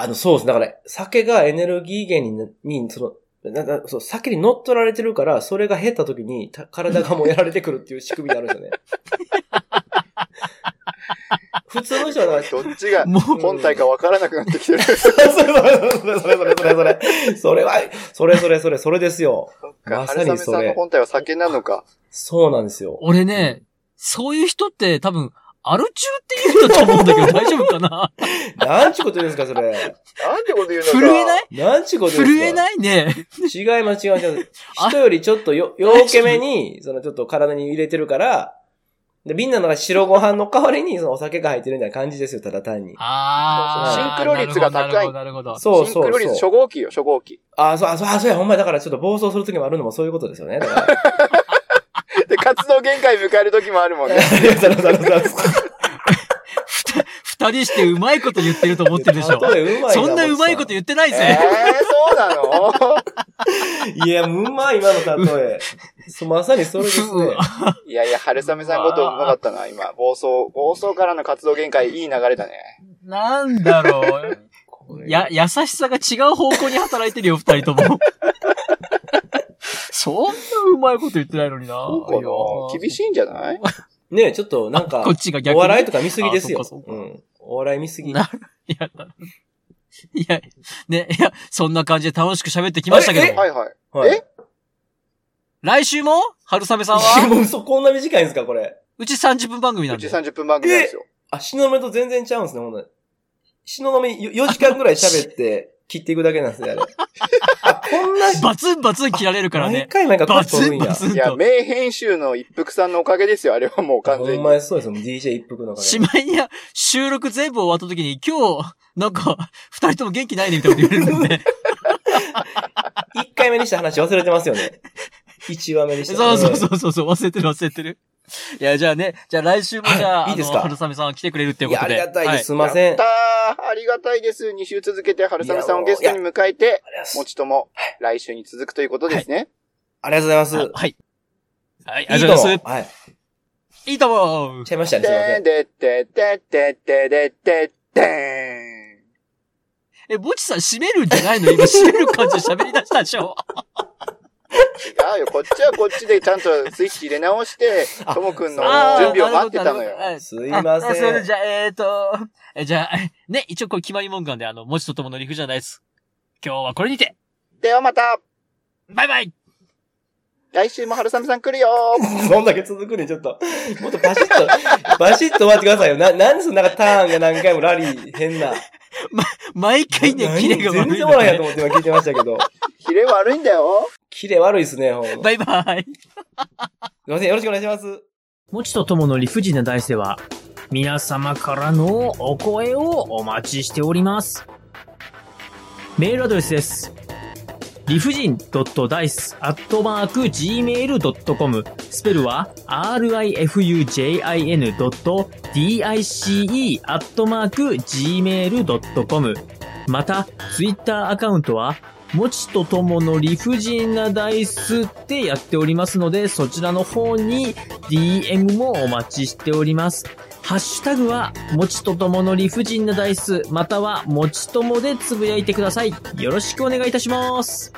Speaker 2: あの、そうです。だから、酒がエネルギー源に、に、その、ななそう酒に乗っ取られてるから、それが減った時に、た体がもうやられてくるっていう仕組みになるんですよね。 普通の人はだから、 そう
Speaker 3: どっちが
Speaker 1: もう、
Speaker 3: 本体か分からなくなってきてる。
Speaker 2: そうそれそれそれそれそれ。それは、それそれそれ、それですよ。まさ
Speaker 3: 春
Speaker 2: に
Speaker 3: 雨
Speaker 2: そ
Speaker 3: さんの
Speaker 2: れ。
Speaker 3: 本体は酒なのか。
Speaker 2: そうなんですよ。
Speaker 1: 俺ね、そういう人って多分、アル中って言うんだと思うんだけど大丈夫かな
Speaker 2: なんちゅうこと言うんですか、それ。
Speaker 3: なんてこと言うのか。
Speaker 1: 震えない
Speaker 2: なんちゅうこと言うんで
Speaker 1: 震
Speaker 2: すか。
Speaker 1: えないね。
Speaker 2: 違います、違います違います。
Speaker 1: あ
Speaker 2: 人よりちょっ とよ、陽気めに、そのちょっと体に入れてるから、で、みんなのが白ご飯の代わりに、そのお酒が入ってるみたいな感じですよ、ただ単に。
Speaker 1: あー。
Speaker 3: シンクロ率が高
Speaker 1: なるほど、
Speaker 3: い
Speaker 1: なるほど。
Speaker 2: そう
Speaker 3: シン
Speaker 2: そ
Speaker 3: クロ
Speaker 2: う
Speaker 3: 率初
Speaker 2: そう。
Speaker 3: 号機よ、初号機。
Speaker 2: あ、そう、あ、そう、あ、そうや、ほんまやだからちょっと暴走する時もあるのもそういうことですよね。だから。
Speaker 3: で、活動限界迎える時もあるもんね。
Speaker 2: そうそうそうそう
Speaker 1: 二人してうまいこと言ってると思ってるでしょ。
Speaker 2: 例えうまい
Speaker 1: そんなうまいこと言ってない
Speaker 3: え
Speaker 1: ぜ。
Speaker 3: ー、そうなの
Speaker 2: 言いや、うまい、今の例 え。そまさにそれです
Speaker 1: う
Speaker 2: ね。
Speaker 1: わ
Speaker 3: いやいや、春雨さんことうまかったな、今。暴走、暴走からの活動限界、いい流れだね。
Speaker 1: なんだろう。や、優しさが違う方向に働いてるよ、二人とも。 そんなうまいこと言ってないのにな。
Speaker 3: この厳しいんじゃない
Speaker 2: ねちょっとなんか
Speaker 1: こっ、ちが逆
Speaker 2: お
Speaker 1: に。
Speaker 2: 笑いとか見すぎです
Speaker 1: あ
Speaker 2: よ
Speaker 1: そっか。そっか
Speaker 2: うん。お笑い見すぎ。
Speaker 1: なやだいや、ね、いや、そんな感じで楽しく喋ってきましたけども
Speaker 2: あ
Speaker 3: はいはい。
Speaker 2: はい
Speaker 3: え
Speaker 1: 来週も春雨さん
Speaker 2: いや
Speaker 1: は
Speaker 2: もう嘘、こんな短いんですか、これ。
Speaker 1: うち30分番組な
Speaker 3: うんち
Speaker 1: で。
Speaker 3: 30分番組なんですよ。
Speaker 2: あ、しのめと全然ちゃうんですね、ほんならしのめよ4時間ぐらい喋って、切っていくだけなんです ね、あれ。あ、こんな、
Speaker 1: バツンバツン切られるから
Speaker 2: 毎
Speaker 1: ね。
Speaker 2: 回毎回
Speaker 1: バ
Speaker 2: カット
Speaker 1: ツ
Speaker 2: るん
Speaker 1: ン
Speaker 2: や。
Speaker 1: バツン
Speaker 3: いや、
Speaker 1: と。
Speaker 3: 名編集の一服さんのおかげですよ、あれはもう完
Speaker 2: ほ
Speaker 3: 全
Speaker 2: ん
Speaker 3: に。
Speaker 2: まにそうですよ、DJ 一服の中
Speaker 1: しまいには収録全部終わった時に今日、なんか、二人とも元気ないね、みたいなこと言われるんで。
Speaker 2: 1回目にした話忘れてますよね。1話目にした。
Speaker 1: そうそうそうそうそう、忘れてる忘れてる。いや、じゃあね、じゃあ来週もじゃあ、
Speaker 2: はいいいですか
Speaker 1: あの春雨さんは来てくれるってい
Speaker 2: うん。
Speaker 1: う
Speaker 2: い
Speaker 1: こ
Speaker 2: や、
Speaker 1: とで。
Speaker 2: ありがたいです。す
Speaker 1: は
Speaker 2: みません。
Speaker 3: やったーありがたいです。2週続けて春雨さんをゲストに迎えて、もちとも来週に続くということですね。
Speaker 2: ありがとうございます。
Speaker 1: い。はい。はい、あ
Speaker 2: いい
Speaker 1: り
Speaker 2: と
Speaker 1: が
Speaker 2: も
Speaker 1: とうございま
Speaker 2: はい。
Speaker 1: す。いいと思う
Speaker 2: ちゃいましたね、すみませ
Speaker 3: で
Speaker 2: ん。
Speaker 3: ででででででででん。
Speaker 1: え、ぼちさん閉めるんじゃないの今 閉める感じで喋り出したでし ょ
Speaker 3: 違うよ。こっちはこっちでちゃんとスイッチ入れ直して、
Speaker 2: あ
Speaker 3: ともくんの
Speaker 1: あー
Speaker 3: 準備を待ってたのよ。
Speaker 1: なるほどなるほど
Speaker 2: すいま
Speaker 1: ああすいませ
Speaker 2: せ
Speaker 1: ん。
Speaker 2: ん。
Speaker 1: じゃあ、えっ、ー、と、えじゃあ、 ね、一応これ決まり文句なんで、あの、文字とともの理不尽じゃないです。今日はこれにて、
Speaker 3: ではまた
Speaker 1: バイバイ
Speaker 3: 来週も春雨さん来るよ
Speaker 2: そんだけ続くね、ちょっと。もっとバシッと、バシッと終わってくださいよ。な、なんでそんなターンが何回もラリー、変な。
Speaker 1: 毎回ね、キレが悪い
Speaker 2: 全然
Speaker 1: の
Speaker 2: 笑いや
Speaker 1: ね
Speaker 2: と。思って今聞いてました けど。
Speaker 3: ヒレ悪いんだよ。
Speaker 2: キレ悪いですね、ほんま。すい
Speaker 1: バイバイ。
Speaker 2: ません、よろしくお願いします。
Speaker 1: もちとともの理不尽な大世は、皆様からのお声をお待ちしております。メールアドレスです。理不尽 .dice.gmail.com スペルは rifujin.dice.gmail.com また、ツイッターアカウントは、もちとともの理不尽なダイスってやっておりますので、そちらの方に DM もお待ちしております。ハッシュタグは、もちとともの理不尽なダイス、または、もちともでつぶやいてください。よろしくお願いいたします。